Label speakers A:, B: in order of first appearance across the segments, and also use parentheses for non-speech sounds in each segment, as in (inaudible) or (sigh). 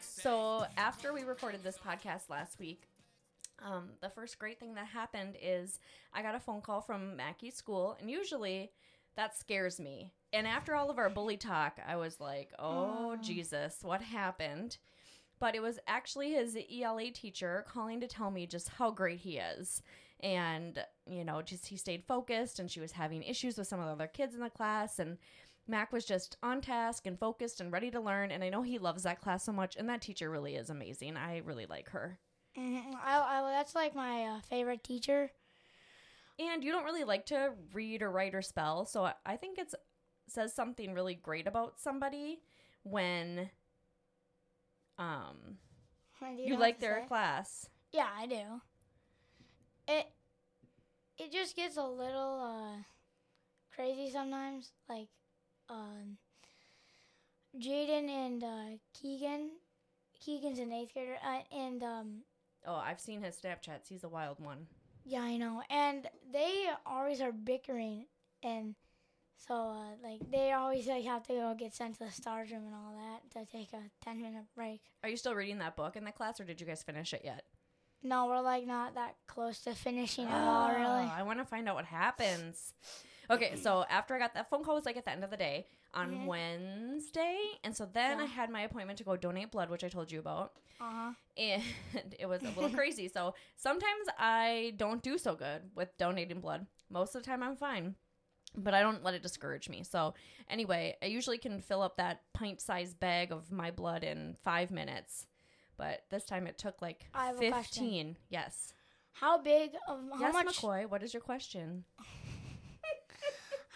A: So after we recorded this podcast last week, um, the first great thing that happened is I got a phone call from Mackey's school, and usually that scares me. And after all of our bully talk, I was like, "Oh Jesus, what happened?" But it was actually his ELA teacher calling to tell me just how great he is, and you know, just he stayed focused, and she was having issues with some of the other kids in the class, and Mac was just on task and focused and ready to learn. And I know he loves that class so much, and that teacher really is amazing. I really like her.
B: Mm-hmm. I, I, that's like my uh, favorite teacher.
A: and you don't really like to read or write or spell so I- i think it's says something really great about somebody when um
B: What do
A: you
B: have
A: like
B: to
A: their
B: say?
A: class
B: Yeah, I do. It it just gets a little uh, crazy sometimes. Like um, Jaden and uh, Keegan. Keegan's an eighth grader, uh, and um,
A: oh i've seen his snapchats he's a wild one
B: yeah, I know. And they always are bickering, and so uh, like they always like have to go get sent to the stars room and all that to take a ten minute break.
A: are you still reading that book in the class or did you guys finish it yet
B: No, we're like not that close to finishing it all, really.
A: Oh, I want to find out what happens. Okay,
B: (clears throat)
A: so after I got that phone call was like at the end of the day on Wednesday, and so then I had my appointment to go donate blood, which I told you about. (laughs)
B: Uh-huh.
A: And it was a
B: (laughs)
A: little crazy. So sometimes I don't do so good with donating blood. Most of the time I'm fine. But I don't let it discourage me. So, anyway, I usually can fill up that pint sized bag of my blood in five minutes. But this time it took like
B: I have a
A: 15.
B: question.
A: Yes.
B: How big of how
A: yes,
B: much?
A: McCoy, what is your question?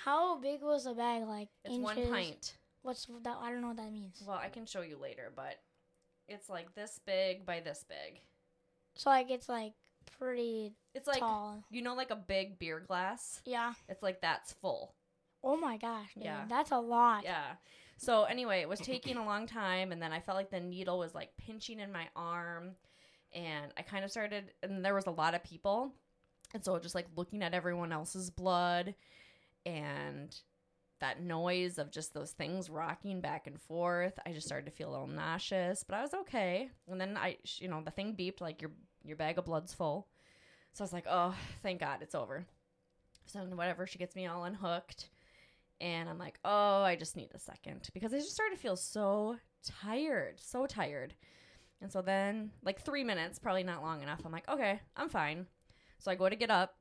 B: How big was the bag? Like
A: It's
B: inches?
A: one pint.
B: What's that? I don't know what that means.
A: Well, I can show you later, but it's like this big by this big.
B: So like it's like pretty.
A: It's like
B: Tall.
A: you know, like a big beer glass.
B: Yeah.
A: It's like that's full.
B: Oh my gosh. Dude,
A: Yeah.
B: That's a lot.
A: Yeah. So anyway, it was taking a long time, and then I felt like the needle was like pinching in my arm, and I kind of started, and there was a lot of people, and so just like looking at everyone else's blood, and that noise of just those things rocking back and forth, I just started to feel a little nauseous, but I was okay. And then I, sh- you know, the thing beeped like your your bag of blood's full, so I was like, oh, thank God, it's over. So whatever, she gets me all unhooked and I'm like, oh, I just need a second because I just started to feel so tired, so tired. And so then, like three minutes, probably not long enough. I'm like, okay, I'm fine. So I go to get up.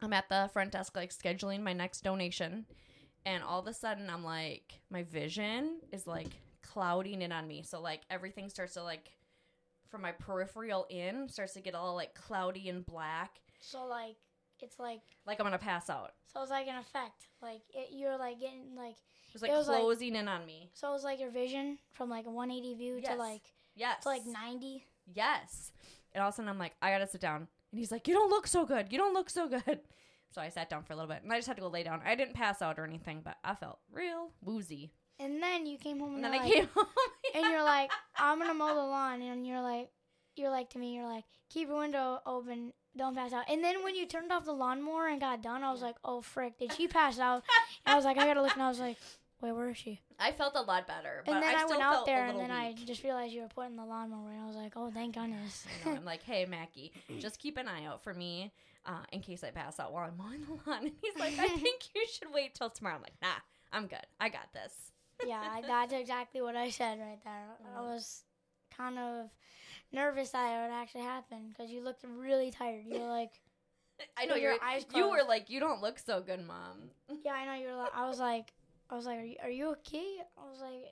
A: I'm at the front desk, like scheduling my next donation. And all of a sudden, I'm like, my vision is like clouding in on me. So, like, everything starts to, like, from my peripheral in, starts to get all like cloudy and black.
B: So like it's like
A: Like, I'm gonna pass out.
B: so it's like an effect. Like it, you're like getting like
A: It's like
B: It was, like-
A: closing in on me.
B: so it's like your vision from like a 180 view to
A: Yes.
B: like
A: Yes.
B: to like 90.
A: yes. And all of a sudden I'm like, I gotta sit down. And he's like, you don't look so good. You don't look so good. So I sat down for a little bit and I just had to go lay down. I didn't pass out or anything, but I felt real woozy.
B: And then you came home and,
A: And then
B: you're
A: I
B: like,
A: came (laughs) home.
B: and you're like I'm gonna mow the lawn and you're like you're like to me you're like keep your window open don't pass out and then when you turned off the lawnmower and got done I was like oh frick did she pass out and I was like I gotta look and I was like wait where is she
A: I felt a lot better. But
B: and then
A: I,
B: I,
A: still
B: went out
A: felt
B: there
A: a
B: and
A: little
B: then I
A: weak.
B: just realized you were putting the lawnmower away, and I was like oh thank goodness
A: You know, I'm like, hey, Mackie, just keep an eye out for me uh, in case I pass out while I'm mowing the (laughs) lawn. And he's
B: (laughs)
A: like, I think you should wait till tomorrow. I'm like, nah, I'm good. I got this.
B: (laughs) yeah I, that's exactly what I said right there I was kind of nervous that it would actually happen because you looked really tired you're like
A: I know
B: With your
A: you're,
B: eyes
A: you were
B: closed.
A: like, you don't look so good, mom.
B: Yeah, I know you're. Like, I was like, I was like, are you, are you okay? I was like,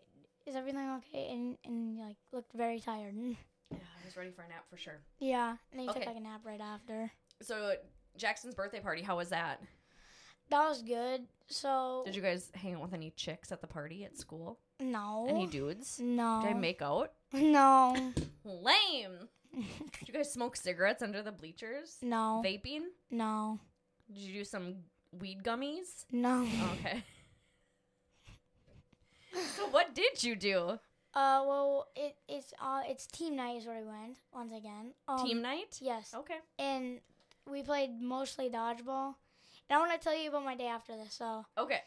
B: is everything okay? And and you, like looked very tired. (laughs)
A: Yeah, I was ready for a nap for sure.
B: Yeah, and then you
A: Okay.
B: took like a nap right after.
A: So Jackson's birthday party, how was that?
B: That was good. So
A: Did you guys hang out with any chicks at the party at school?
B: no,
A: Any dudes?
B: (laughs) no,
A: Did I make out?
B: (laughs) no, (laughs)
A: Lame. Did you guys smoke cigarettes under the bleachers?
B: no,
A: Vaping?
B: no,
A: Did you do some weed gummies?
B: no. (laughs)
A: Okay. so what did you do?
B: Uh, well, it it's uh it's team night is where we went once again. Um,
A: Team Oh. night?
B: Yes.
A: Okay.
B: And we played mostly dodgeball. And I want to tell you about my day after this. So
A: Okay.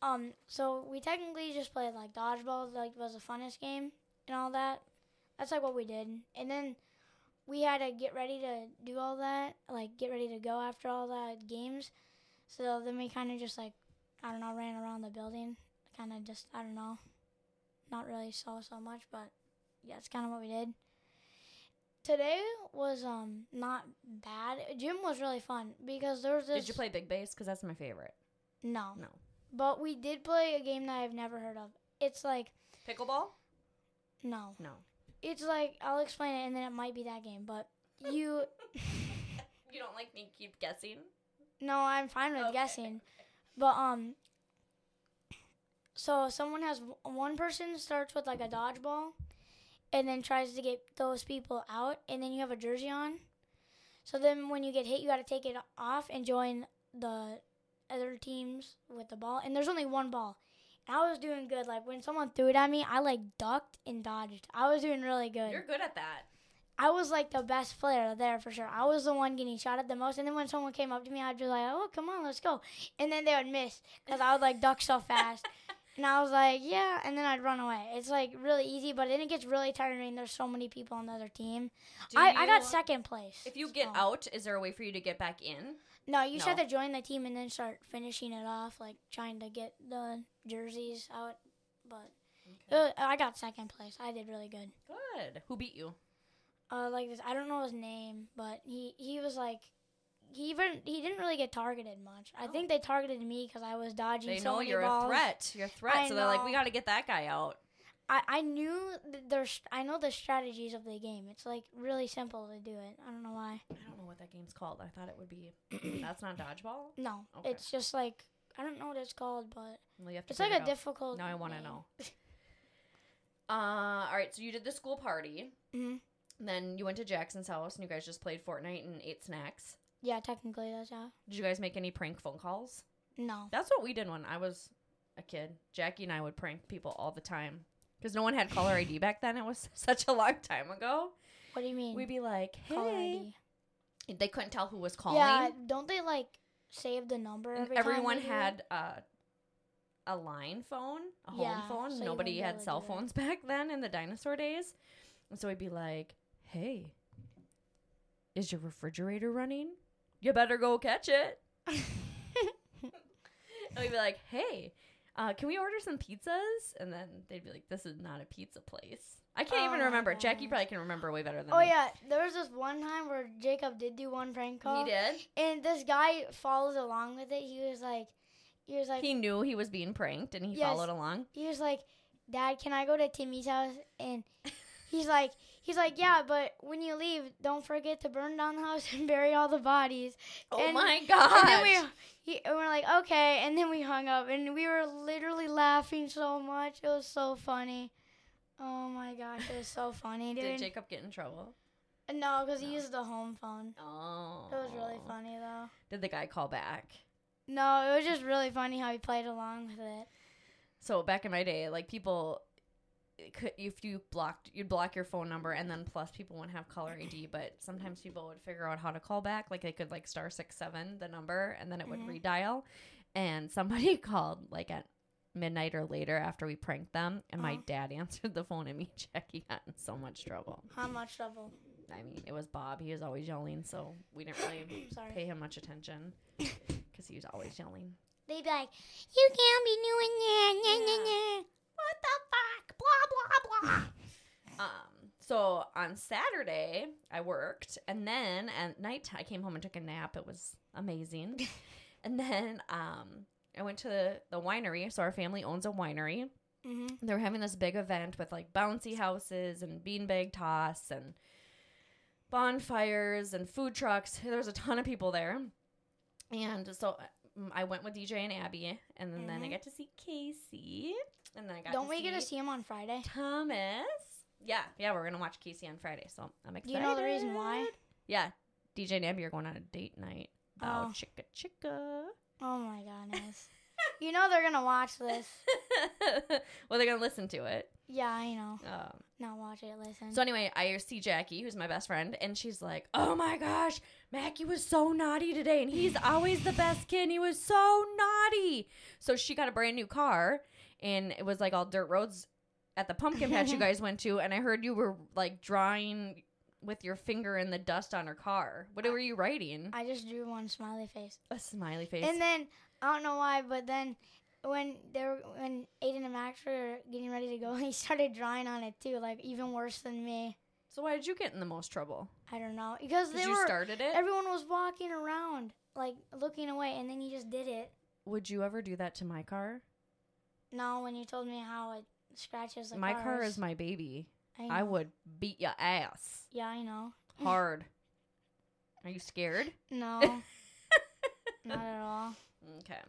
B: Um, so we technically just played like dodgeball, like was the funnest game and all that. That's like what we did, and then we had to get ready to do all that, like get ready to go after all that games. So then we kind of just like, I don't know, ran around the building, kind of just I don't know, not really saw so much, but yeah, that's kind of what we did. Today was um not bad. Gym was really fun because there was this.
A: Did you play big bass? Because that's my favorite.
B: No.
A: No.
B: But we did play a game that I've never heard of. It's like
A: Pickleball?
B: no.
A: No.
B: It's like I'll explain it and then it might be that game, but you
A: You don't like me keep guessing?
B: No, I'm fine with
A: Okay.
B: guessing. But um so someone has one person starts with like a dodgeball and then tries to get those people out and then you have a jersey on. So then when you get hit, you got to take it off and join the other teams with the ball. And there's only one ball. And I was doing good. Like when someone threw it at me, I like ducked and dodged. I was doing really good.
A: You're good at that.
B: I was like the best player there for sure. I was the one getting shot at the most. And then when someone came up to me, I'd be like, oh, come on, let's go. And then they would miss because I would like duck so
A: (laughs)
B: fast. and I was like, yeah. And then I'd run away. It's like really easy, but then it gets really tiring. There's so many people on the other team.
A: Do
B: I, I got Oh.
A: you-
B: second place.
A: If you get
B: so-
A: out, is there a way for you to get back in?
B: No, you should
A: No.
B: have to join the team and then start finishing it off, like trying to get the jerseys out. But uh, I got second place. I did really good.
A: Good. Who beat you?
B: uh, like this. I don't know his name, but he he was like. He even he didn't really get targeted much. I
A: Oh.
B: think they targeted me because I was dodging.
A: They
B: so
A: know
B: many
A: you're
B: balls.
A: a threat. You're a threat.
B: I
A: so they're like,
B: know.
A: we got to get that guy out.
B: I I knew th- their st- I know the strategies of the game. It's like really simple to do it. I don't know why.
A: I don't know what that game's called. I thought it would be. (coughs) that's not dodgeball.
B: No,
A: Okay.
B: it's just like I don't know what it's called, but
A: Well, you have to
B: it's like
A: figure
B: a
A: it out.
B: difficult.
A: Now I want to
B: name.
A: (laughs) know. Uh, all right. So you did the school party.
B: Mhm.
A: Then you went to Jackson's house and you guys just played Fortnite and ate snacks.
B: Yeah, technically that's how.
A: Did you guys make any prank phone calls?
B: No.
A: That's what we did when I was a kid. Jackie and I would prank people all the time because no one had caller ID back then. It was (laughs) such a long time ago.
B: What do you mean?
A: We'd be like,
B: Caller
A: "Hey,"
B: ID.
A: they couldn't tell who was calling.
B: Yeah, don't they like save the number?
A: And
B: Every time
A: everyone
B: they do that?
A: had uh, a line phone, a home
B: Yeah,
A: phone.
B: so you
A: Nobody
B: wouldn't be able
A: had
B: to
A: cell
B: do that.
A: phones (laughs) back then in the dinosaur days. And so we'd be like, hey, is your refrigerator running? You better go catch it.
B: (laughs)
A: And we'd be like, hey, uh, can we order some pizzas? And then they'd be like, this is not a pizza place. I can't
B: Oh
A: even
B: my
A: remember. Jackie
B: gosh.
A: probably can remember way better than
B: Oh
A: me.
B: yeah, there was this one time where Jacob did do one prank call,
A: He did.
B: and this guy follows along with it. He was like, he was like,
A: He knew he was being pranked and he
B: Yes.
A: followed along.
B: he was like, Dad, can I go to Timmy's house?
A: (laughs)
B: And he's like, he's like, yeah, but when you leave, don't forget to burn down the house (laughs) and bury all the bodies.
A: Oh
B: And-
A: my god.
B: And then we, he, and we're like, okay, and then we hung up, and we were literally laughing so much. It was so funny. Oh my gosh, it was so funny, dude.
A: Did Jacob get in trouble?
B: no, because he
A: No.
B: used the home phone.
A: Oh.
B: It was really funny though.
A: Did the guy call back?
B: No, it was just really funny how he played along with it.
A: So back in my day, like people it could if you blocked you'd block your phone number and then plus people wouldn't have caller
B: (clears throat)
A: ID, but sometimes people would figure out how to call back. Like they could like star six seven the number and then it would
B: Mhm.
A: redial. And somebody (laughs) called like at midnight or later after we pranked them and my
B: Uh-huh.
A: dad (laughs) answered the phone and me and Jackie got in so much trouble.
B: How much trouble? (clears throat)
A: I mean, it was Bob. He was always yelling, so we didn't really
B: Sorry.
A: pay him much attention because he was always yelling.
B: They'd be like, "You can't be doing that." Nah, nah, nah."
A: what the fuck? Blah (laughs) blah blah. um. So on Saturday I worked, and then at night I came home and took a nap. It was amazing. and then um, I went to the winery. So our family owns a winery.
B: Mhm.
A: They were having this big event with like bouncy houses and beanbag toss and bonfires and food trucks. There was a ton of people there, and so. uh, I went with DJ and Abby, and then, I
B: Mhm.
A: got to see Casey, and then I got
B: Don't
A: to
B: we
A: see
B: get to see him on Friday?
A: Thomas. Yeah, yeah, we're gonna watch Casey on Friday, so I'm
B: Do
A: excited.
B: you know the reason why?
A: Yeah, DJ and Abby are going on a date night. Bow
B: Oh.
A: chicka chicka. (laughs) (laughs)
B: Oh my goodness! you know they're gonna watch this.
A: well, they're gonna listen to it.
B: Yeah, I know.
A: Um,
B: Not watch it, listen.
A: so anyway, I see Jackie, who's my best friend, and she's like, "Oh my gosh, Mackie was so naughty today, and he's always the best kid. and He was so naughty." So she got a brand new car, and it was like all dirt roads at the pumpkin patch
B: (laughs)
A: you guys went to, and I heard you were like drawing with your finger in the dust on her car. What were you writing?
B: I just drew one smiley face.
A: A smiley face.
B: And then I don't know why, but then when they were when Aiden and Max were getting ready to go, (laughs) he started drawing on it too, like even worse than me.
A: so why did you get in the most trouble?
B: I don't know because
A: Because
B: they
A: you
B: were
A: started it.
B: everyone was walking around like looking away, and then he just did it.
A: Would you ever do that to my car?
B: No, when you told me how it scratches like
A: my car is my baby.
B: I,
A: I
B: know.
A: would beat your ass
B: Yeah, I know.
A: hard. Are you scared? (laughs)
B: No, not at all.
A: Okay.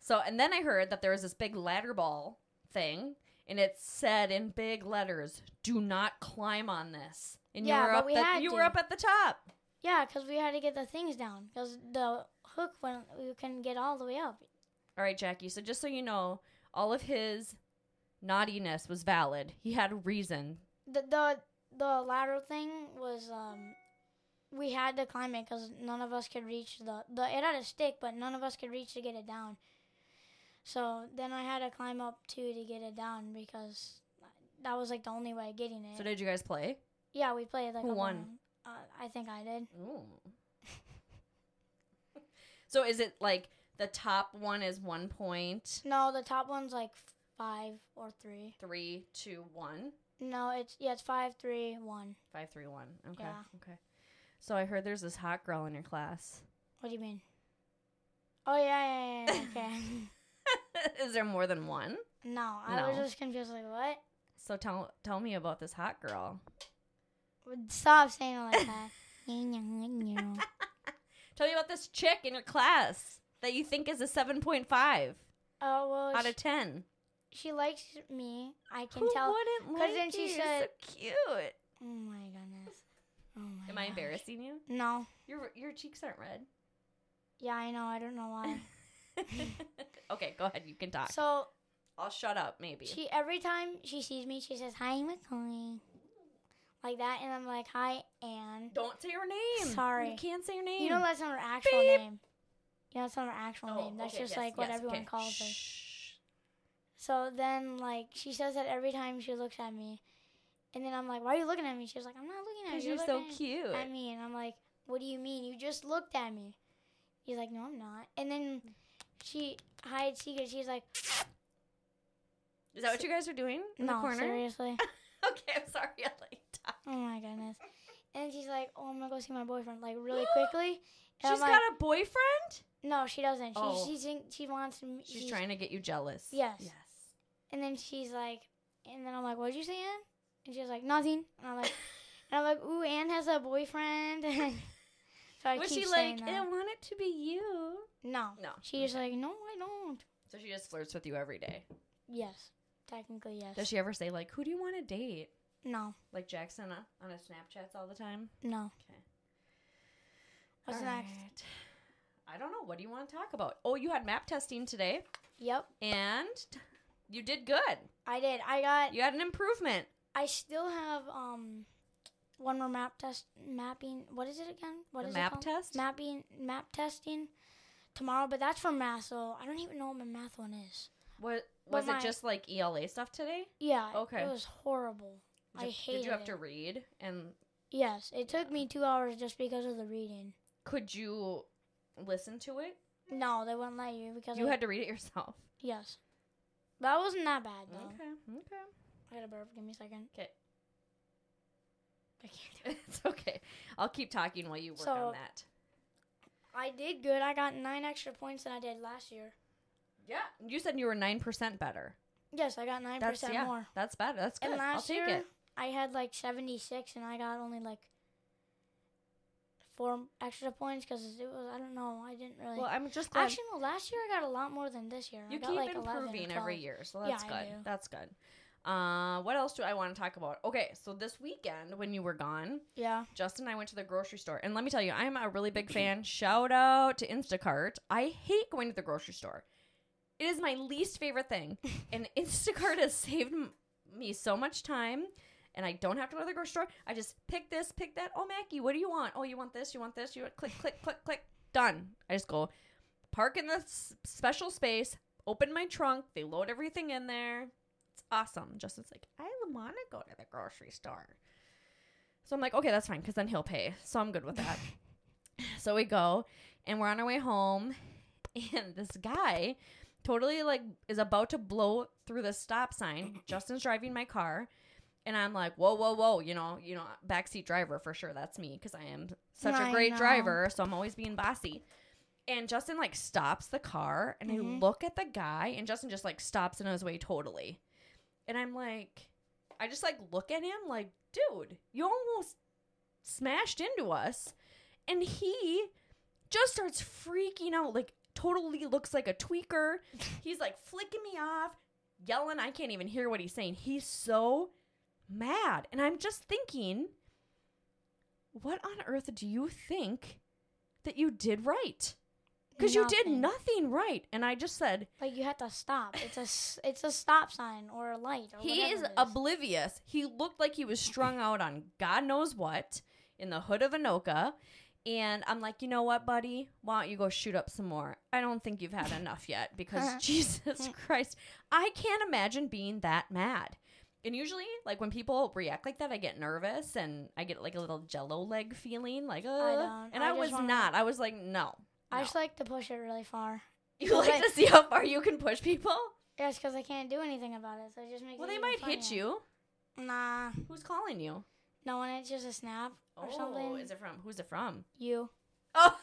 A: So, and then I heard that there was this big ladder ball thing, and it said in big letters, "Do not climb on this." And
B: Yeah,
A: you were
B: but
A: up
B: we
A: the,
B: had
A: you
B: to.
A: were up at the top.
B: Yeah, because we had to get the things down because the hook went. We couldn't get all the way up.
A: All right, Jackie. So just so you know, all of his naughtiness was valid. He had a reason.
B: the the the ladder thing was um we had to climb it because none of us could reach the the it had a stick but none of us could reach to get it down so then i had to climb up too to get it down because that was like the only way of getting it
A: So did you guys play?
B: yeah we played like
A: Who
B: a
A: won?
B: long- uh, i think i did
A: Ooh. (laughs) so is it like the top one is one point
B: no the top one's like five or three
A: three two one
B: no it's yeah it's five three one
A: five three one? Okay.
B: Yeah.
A: Okay. So I heard there's this hot girl in your class. (laughs)
B: what do you mean oh yeah yeah, yeah, yeah okay (laughs)
A: is there more than one?
B: no i was
A: No.
B: just confused like what
A: So tell tell me about this hot girl.
B: Stop saying it
A: (laughs)
B: like that. I
A: Tell me about this chick in your class that you think is a 7.5
B: Oh well,
A: out
B: sh-
A: of 10.
B: she, likes me. I can
A: Who
B: tell.
A: wouldn't
B: 'cause
A: like
B: then
A: you?
B: she
A: You're
B: said-
A: so cute.
B: Oh my goodness. Oh my.
A: Am I
B: gosh.
A: embarrassing you?
B: No.
A: Your your cheeks aren't
B: (laughs)
A: red.
B: Yeah, I know. I don't
A: (laughs)
B: know why.
A: okay, go ahead. You can talk.
B: so
A: I'll shut up maybe.
B: she every time she sees me, she says hi, McCoy, like that, and I'm like hi, Anne.
A: Don't say her name.
B: Sorry.
A: You can't say her name.
B: You know that's not her actual
A: Beep.
B: name. You know that's not her actual
A: Oh,
B: name. That's
A: okay,
B: just
A: yes,
B: like what
A: yes,
B: everyone
A: okay.
B: calls her.
A: Shh.
B: So then, like, she says that every time she looks at me. And then I'm like, why are you looking at me? She's like, I'm not looking at
A: 'Cause
B: you.
A: you're
B: looking
A: so
B: at-
A: cute.
B: at me. And I'm like, what do you mean? You just looked at me. He's like, no, I'm not. And then she hides secret. She's like,
A: Is that what you guys are doing in the
B: no,
A: corner?
B: seriously.
A: (laughs) Okay, I'm sorry. (laughs) I like talk.
B: oh my goodness. And she's like, oh, I'm going to go see my boyfriend, like,
A: (gasps)
B: really quickly. And
A: She's
B: I'm like,
A: got a boyfriend?
B: no, she doesn't. She,
A: Oh.
B: she, think- she wants me.
A: She's trying to get you jealous.
B: Yes.
A: Yes.
B: And then she's like, and then I'm like, what'd you say, Anne? And she's like, nothing. And
A: (laughs)
B: I'm like, and I'm like, ooh, Anne has a boyfriend. (laughs) so I
A: Was
B: keep
A: she
B: saying
A: like, I
B: that.
A: want it to be you?
B: No.
A: No.
B: She's just like, no, I don't.
A: So she just flirts with you every day.
B: Yes. Technically, yes.
A: Does she ever say, like, who do you want to date?
B: no,
A: Like Jackson uh, on his Snapchats all the time?
B: no.
A: Okay.
B: What's
A: All
B: next?
A: right. I don't know. What do you want to talk about? Oh, you had map testing today,
B: Yep.
A: and you did good.
B: I did. I got,
A: You had an improvement.
B: I still have, um, one more map test, mapping. What is it again? What
A: the
B: is
A: map
B: it called?
A: test?
B: Mapping, map testing tomorrow, but that's for math, so I don't even know what my math one is.
A: Wa- was
B: my-
A: it just like ELA stuff today?
B: Yeah.
A: Okay.
B: It was horrible.
A: Did
B: I
A: you- Did
B: hated
A: you have
B: it.
A: to read? And
B: Yes, it took me two hours just because of the reading.
A: could you listen to it?
B: No, they wouldn't let you because
A: You
B: I-
A: had to read it yourself.
B: yes, that wasn't that bad though.
A: Okay. Okay.
B: I got a burp. Give me a second.
A: 'Kay.
B: I can't do it.
A: It's okay. I'll keep talking while you work
B: So-
A: on that.
B: I did good. I got nine extra points than I did last year.
A: Yeah. You said you were nine percent better.
B: Yes, I got nine
A: That's
B: percent
A: yeah.
B: more.
A: That's better. That's good.
B: And last
A: I'll take
B: year
A: it.
B: I had like seventy six, and I got only like four extra points because it was I don't know. I didn't really.
A: Well, I'm just glad
B: Actually, no. Last year I got a lot more than this year. I
A: you
B: got
A: keep
B: like 11 or
A: improving every
B: 12.
A: year, so
B: Yeah,
A: that's
B: I
A: good.
B: do.
A: That's good. Uh, what else do I want to talk about? Okay, so this weekend when you were gone,
B: Yeah. (laughs)
A: Justin and I went to the grocery store, and let me tell you, I'm a really big fan. Shout out to Instacart. I hate going (laughs) to the grocery store. It is my least favorite thing, and Instacart has saved m- me so much time and I don't have to go to the grocery store. I just pick this, pick that. Oh, Mackie, what do you want? Oh, you want this? You want this? You want click, click, click, click. Done. I just go park in the s- special space, open my trunk. They load everything in there. It's awesome. Justin's like, I want to go to the grocery store. So I'm like, okay, that's fine because then he'll pay. So I'm good with
B: (laughs)
A: that. so we go and we're on our way home. And this guy totally like is about to blow through the stop sign. Justin's driving my car and I'm like, whoa, whoa, whoa, you know, you know, backseat driver for sure. That's me because I am such a
B: I
A: great
B: know.
A: driver, so I'm always being bossy. And Justin like stops the car, and I
B: Mhm.
A: look at the guy, and Justin just like stops in his way totally, and I'm like, I just like look at him like, dude, you almost smashed into us, and he just starts freaking out like totally looks like a tweaker. He's like flicking me off, yelling. I can't even hear what he's saying. He's so mad. And I'm just thinking, what on earth do you think that you did right? Because you did nothing right. And I just said,
B: Like you had to stop. It's a s- it's a stop sign or a light. Or
A: he
B: whatever
A: is
B: it
A: oblivious. He looked like he was strung out on God knows what in the hood of Anoka. And I'm like, you know what, buddy? Why don't you go shoot up some more? I don't think you've had enough yet because (laughs) Jesus Christ, I can't imagine being that mad. And usually, like when people react like that, I get nervous and I get like a little jello leg feeling, like, uh,
B: don't.
A: and I,
B: I just
A: was
B: wanna-
A: not. I was like, no.
B: I
A: no.
B: just like to push it really far.
A: (laughs) you like to see how far you can push people?
B: Yeah, it's because I can't do anything about it. So it just makes.
A: Well,
B: it
A: they
B: even
A: might hit
B: funnier.
A: you.
B: Nah,
A: Who's calling you?
B: no one. It's just a snap or something.
A: Oh, is it from? Who's it
B: (laughs)
A: from?
B: you?
A: Oh,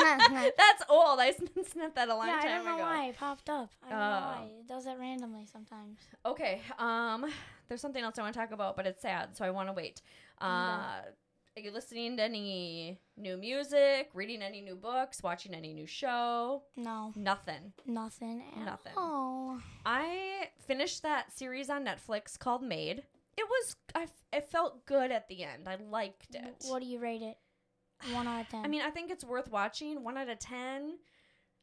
B: yeah,
A: (laughs) that's old. I (laughs) sniffed that a long
B: I
A: time
B: don't know
A: ago.
B: why it popped up. I don't know why
A: Oh.
B: it does that randomly sometimes.
A: Okay. Um, there's something else I want to talk about, but it's sad, so I want to wait. Uh, Are you listening to any new music? Reading any new books? Watching any new show?
B: No,
A: Nothing.
B: nothing. At
A: Nothing.
B: all.
A: I finished that series on Netflix called Made. It was I, f- it felt good at the end. I liked it.
B: What do you rate it? One out of
A: (sighs)
B: ten.
A: I mean, I think it's worth watching. One out of ten,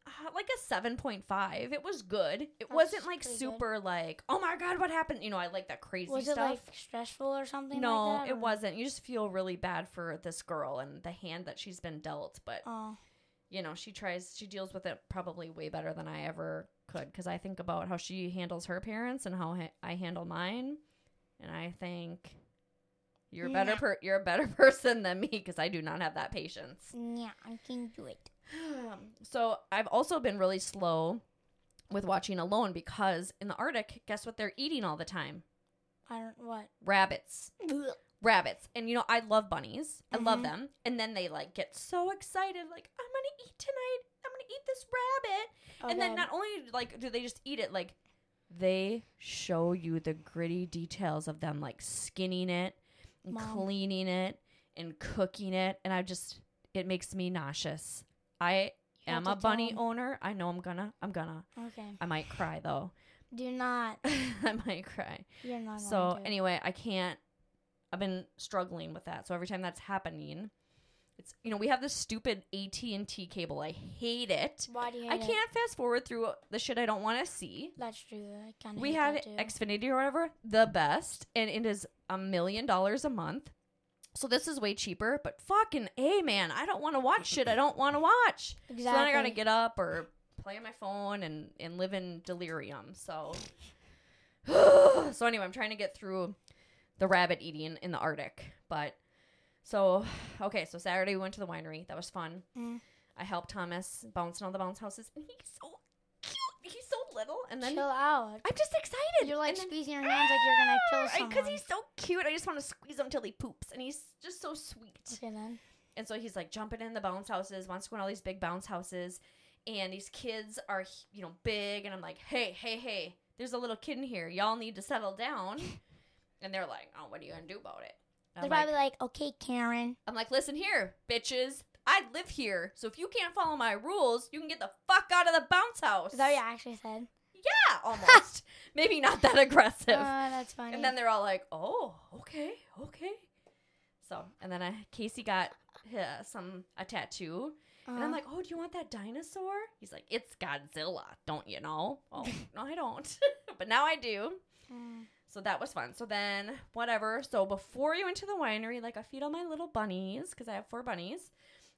A: uh, like a seven point five. It was good. It wasn't like
B: pretty good.
A: super like, oh my god, what happened? You know, I like that crazy
B: was it
A: stuff.
B: like stressful or something?
A: no,
B: like that,
A: it
B: or-
A: wasn't. You just feel really bad for this girl and the hand that she's been dealt. But
B: Oh,
A: you know, she tries. She deals with it probably way better than I ever could because I think about how she handles her parents and how ha- I handle mine, and I think. You're a better
B: Yeah.
A: per- you're a better (laughs) person than me because I do not have that patience.
B: yeah, I can
A: (sighs)
B: do it.
A: Um, so I've also been really slow with watching alone because in the Arctic, guess what they're eating all the time?
B: I don't what.
A: Rabbits. Rabbits. And you know, I love bunnies. I love
B: Mhm.
A: them. And then they like get so excited, like, I'm gonna eat tonight. I'm gonna eat this rabbit.
B: Oh,
A: and then
B: God.
A: not only like do they just eat it, like they show you the gritty details of them like skinning it and
B: Mom.
A: cleaning it and cooking it. And I just it makes me nauseous. I
B: You have
A: am
B: to
A: a
B: tell
A: bunny
B: 'em.
A: owner. I know I'm gonna. I'm gonna.
B: Okay.
A: I might cry though. (laughs)
B: Do not.
A: I might cry.
B: You're not.
A: So
B: going to.
A: anyway, I can't. I've been struggling with that. So every time that's happening, it's you know we have this stupid AT and T cable. I hate it.
B: Why do you?
A: I
B: hate it?
A: can't fast forward through the shit I don't want to see.
B: That's true. I kind of.
A: We
B: hate
A: had
B: that too.
A: Xfinity or whatever, the best, and it is a million dollars a month. So this is way cheaper, but fucking a man, I don't want to watch shit I don't want to watch.
B: Exactly.
A: So then I gotta get up or play on my phone and and live in delirium. So (sighs) so anyway, I'm trying to get through the rabbit eating in the Arctic. But so okay, so Saturday we went to the winery. That was fun.
B: Mm.
A: I helped Thomas bouncing all the bounce houses, and he's so cute. He's so little, and then
B: chill out.
A: I'm just excited.
B: You're like
A: And then-
B: squeezing your hands like you're
A: (gasps)
B: gonna kill someone.
A: because he's so cute. I just want to squeeze him till he poops, and he's just so sweet.
B: Okay then.
A: And so he's like jumping in the bounce houses, wants to go in all these big bounce houses, and these kids are you know big, and I'm like, hey, hey, hey, there's a little kid in here. Y'all need to settle down. (laughs) And they're like, oh, what are you gonna do about it? And
B: They're
A: I'm like,
B: probably like, okay, Karen.
A: I'm like, listen here, bitches. I live here, so if you can't follow my rules, you can get the fuck out of the bounce house.
B: Is that what you actually said?
A: Yeah, (laughs) almost. Maybe not that aggressive.
B: Uh, that's funny.
A: And then they're all like, "Oh, okay, okay." So, and then I, Casey got uh, some a tattoo, and I'm
B: Uh-huh.
A: like, "Oh, do you want that dinosaur?" He's like, (laughs) "It's Godzilla, don't you know?" Oh, no, I don't, but now I do.
B: Mm.
A: So that was fun. So then, whatever. So before you went to the winery, like I feed all my little bunnies because I have four bunnies.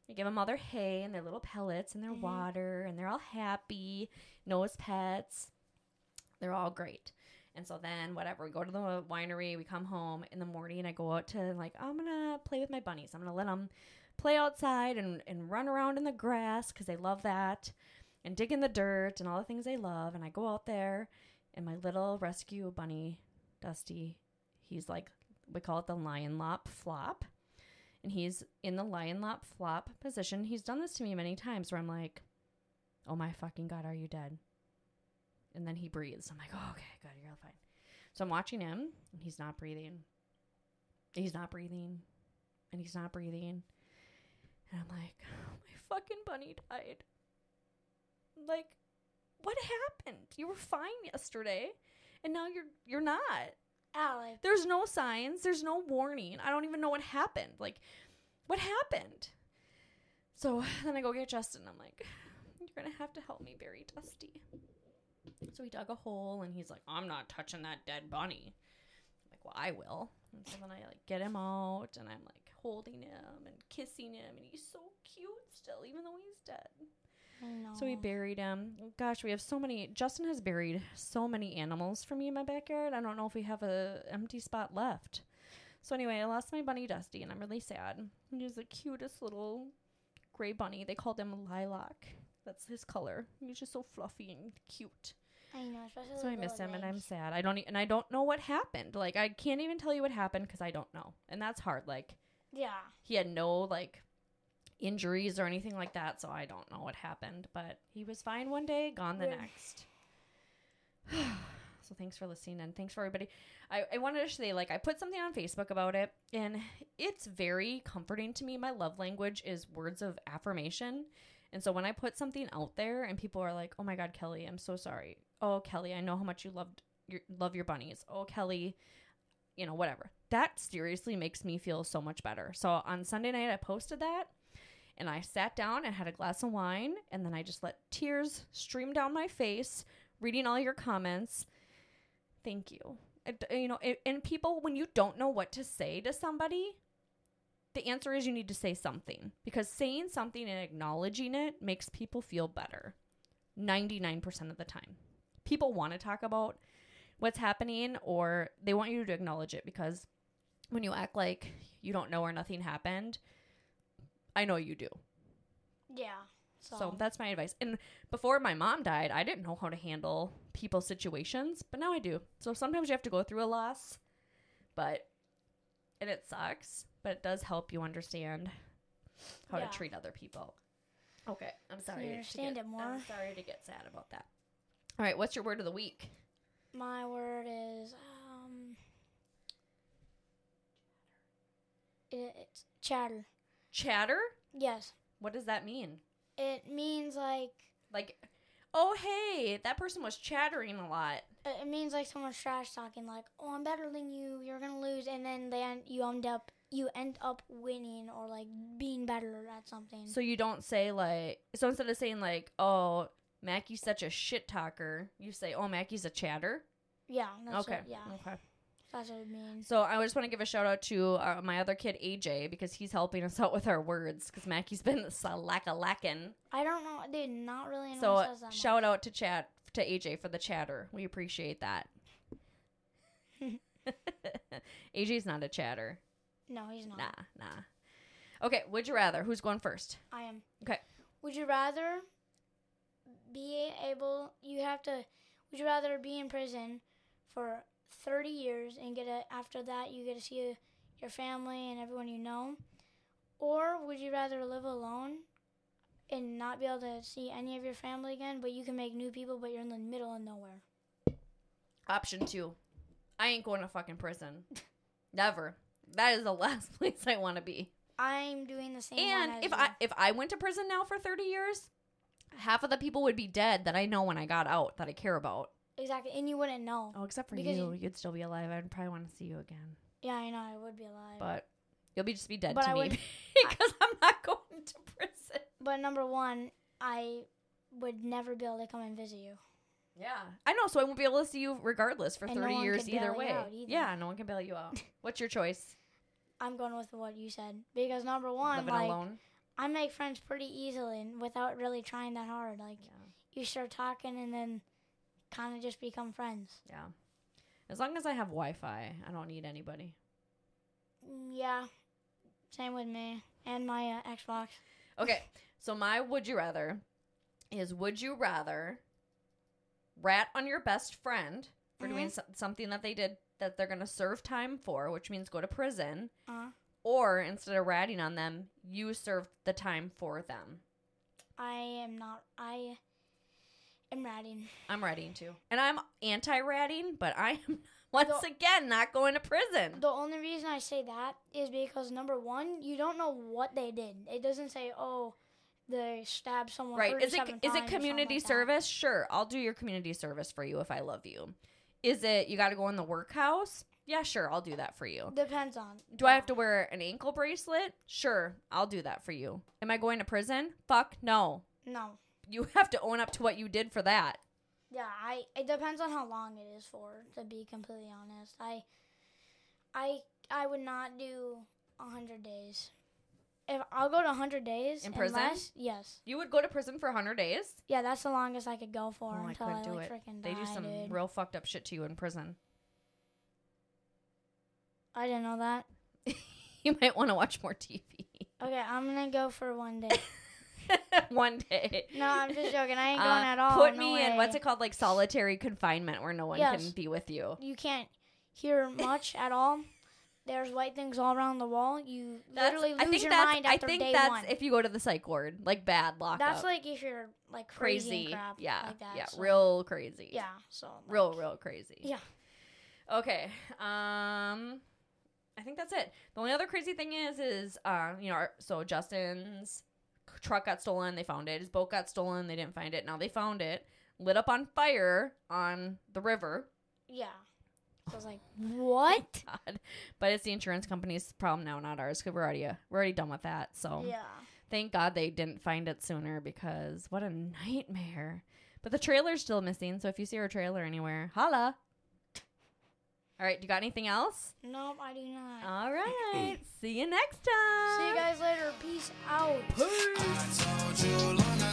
A: I give them all their hay and their little pellets and their
B: Mhm.
A: water, and they're all happy. Noah's pets. They're all great. And so then, whatever, we go to the winery, we come home in the morning, and I go out to, like, I'm gonna play with my bunnies. I'm gonna let them play outside and, and run around in the grass because they love that, and dig in the dirt and all the things they love. And I go out there, and my little rescue bunny, Dusty, he's like, we call it the lion lop flop. And he's in the lion lop flop position. He's done this to me many times where I'm like, oh my fucking God, are you dead? And then he breathes. I'm like, oh, okay, good, you're all fine. So I'm watching him, and he's not breathing. He's not breathing, and he's not breathing. And I'm like, (sighs) my fucking bunny died. Like, what happened? You were fine yesterday, and now you're you're not.
B: Allie.
A: There's no signs. There's no warning. I don't even know what happened. Like, what happened? So (sighs) then I go get Justin. I'm like, you're gonna have to help me bury Dusty. So he dug a hole and he's like, I'm not touching that dead bunny. I'm like, well, I will. And so then I like get him out and I'm like holding him and kissing him and he's so cute still, even though he's dead. So we
B: No.
A: buried him. Gosh, we have so many. Justin has buried so many animals for me in my backyard. I don't know if we have a empty spot left. So anyway, I lost my bunny Dusty, and I'm really sad. He was the cutest little gray bunny. They called him Lilac. That's his color. He's just so fluffy and cute.
B: I know, especially
A: So I
B: with
A: miss
B: little
A: him, and I'm
B: legs.
A: sad. I don't, e- and I don't know what happened. Like I can't even tell you what happened because I don't know, and that's hard. Like
B: Yeah.
A: he had no like injuries or anything like that, so I don't know what happened, but he was fine one day, gone the
B: Yeah.
A: next. (sighs) so thanks for listening and thanks for everybody. I, I wanted to say like I put something on Facebook about it and it's very comforting to me. My love language is words of affirmation. And so when I put something out there and people are like, "Oh my god, Kelly, I'm so sorry. Oh, Kelly, I know how much you loved your love your bunnies. Oh, Kelly, you know, whatever. That seriously makes me feel so much better. So on Sunday night, I posted that and I sat down and had a glass of wine. And then I just let tears stream down my face, reading all your comments. Thank you. It, uh, you know, it, and people, when you don't know what to say to somebody, the answer is you need to say something because saying something and acknowledging it makes people feel better 99% of the time. People want to talk about what's happening or they want you to acknowledge it because when you act like you don't know or nothing happened, I know you do.
B: Yeah.
A: So,
B: So,
A: that's my advice. And before my mom died, I didn't know how to handle people's situations, but now I do. So sometimes you have to go through a loss, but and it sucks, but it does help you understand how
B: Yeah.
A: to treat other people. Okay, I'm sorry. to
B: understand
A: get-
B: it more.
A: I'm sorry to get sad about that. All right, what's your word of the week?
B: my word is um it, it's chatter.
A: Chatter?
B: Yes.
A: What does that mean?
B: It means like
A: like oh hey that person was chattering a lot
B: it it means like someone's trash talking like, "Oh, I'm better than you. You're going to lose." And then they end, you end up you end up winning or like being better at something.
A: so you don't say like so instead of saying like oh mackie's such a shit talker you say oh mackie's a chatter
B: yeah, that's
A: okay
B: what, yeah.
A: okay
B: That's what it means.
A: so i just want to give a shout out to uh, my other kid aj because he's helping us out with our words because mackie's been (laughs) salackalacking
B: I don't know, dude, not really know
A: so uh,
B: what says that
A: shout out to chat to aj for the chatter we appreciate
B: (laughs)
A: that (laughs) aj's not a chatter
B: No, he's not.
A: nah nah okay would you rather who's going first
B: I am.
A: Okay.
B: Would you rather be able? You have to. Would you rather be in prison for thirty years and get a? After that, you get to see your family and everyone you know, or would you rather live alone and not be able to see any of your family again, but you can make new people, but you're in the middle of nowhere?
A: Option two. I ain't going to fucking prison. (laughs) Never. That is the (laughs) last place I want to be.
B: I'm doing the same. one
A: And
B: as
A: if
B: you.
A: I if I went to prison now for 30 years, half of the people would be dead that I know when I got out that I care about.
B: exactly, and you wouldn't know.
A: Oh, except for
B: Because
A: you.
B: you-
A: You'd still be alive. I'd probably want to see you again.
B: Yeah, I know. I would be alive.
A: But you'll be just be dead
B: But
A: to
B: I
A: me
B: would-
A: (laughs) because I'm not (laughs) going to prison.
B: But number one, I would never be able to come and visit you.
A: Yeah. I know, so I won't be able to see you regardless for
B: And no
A: 30
B: one
A: years
B: can bail
A: either
B: you
A: way.
B: out either.
A: Yeah, no one can bail you (laughs) out. What's your choice?
B: I'm going with what you said because number one,
A: Living
B: like
A: alone?
B: I make friends pretty easily and without really trying that hard. Like
A: Yeah.
B: you start talking and then kind of just become friends.
A: Yeah. As long as I have Wi Fi, I don't need anybody.
B: Yeah, same with me and my uh, Xbox.
A: Okay. So my would you rather is would you rather rat on your best friend for doing so- something that they did that they're going to serve time for, which means go to prison,
B: Uh,
A: or instead of ratting on them, you served the time for them.
B: I am not. I am ratting.
A: I'm ratting too. And I'm anti ratting, but I am (laughs) once
B: The-
A: again not going to prison.
B: The only reason I say that is because number one, you don't know what they did. It doesn't say, oh, they stabbed someone.
A: right. Is it
B: 37
A: is
B: times or
A: it
B: something
A: community
B: like that.
A: service? Sure. I'll do your community service for you if I love you. Is it you got to go in the workhouse? Yeah, sure. I'll do that for you.
B: Depends on.
A: Do I have to wear an ankle bracelet? Sure, I'll do that for you. Am I going to prison? Fuck no.
B: No.
A: You have to own up to what you did for that.
B: Yeah, I it depends on how long it is for. To be completely honest, I, I, I would not do hundred days. If I'll go to hundred days
A: In prison?
B: unless- yes,
A: You would go to prison for 100 days.
B: yeah, that's the longest I could go for
A: Oh, I
B: until I,
A: couldn't do
B: like
A: it.
B: freaking
A: They
B: die.
A: do some
B: dude.
A: real fucked up shit to you in prison. (laughs)
B: I didn't know that.
A: You might want to watch more TV
B: Okay, I'm gonna go for one day.
A: (laughs) one day.
B: no, I'm just joking. I ain't going
A: Uh,
B: at all.
A: Put
B: no
A: me in what's
B: way.
A: it called, like solitary confinement, where no one can
B: Yes.
A: be with you.
B: You can't hear much at all. There's white things all around the wall. You literally lose
A: I think
B: your
A: that's,
B: mind after
A: I think
B: day
A: that's
B: one.
A: if you go to the psych ward, like bad lockup.
B: That's like if you're like crazy, and
A: crazy.
B: crap
A: yeah,
B: like that.
A: yeah,
B: so-
A: real crazy.
B: Yeah, so like,
A: real real crazy
B: Yeah.
A: okay um i think that's it the only other crazy thing is is uh you know our, so justin's c- truck got stolen they found it his boat got stolen they didn't find it now they found it lit up on fire on the river (laughs)
B: Yeah. So I was like, what?
A: God. but it's the insurance company's problem now not ours because we're already uh, we're already done with that so
B: yeah.
A: thank god they didn't find it sooner because what a nightmare but the trailer's still missing so if you see our trailer anywhere holla all right do you got anything else
B: Nope, I do not.
A: all right (laughs) see you next time
B: See you guys later. Peace out.
C: I told you long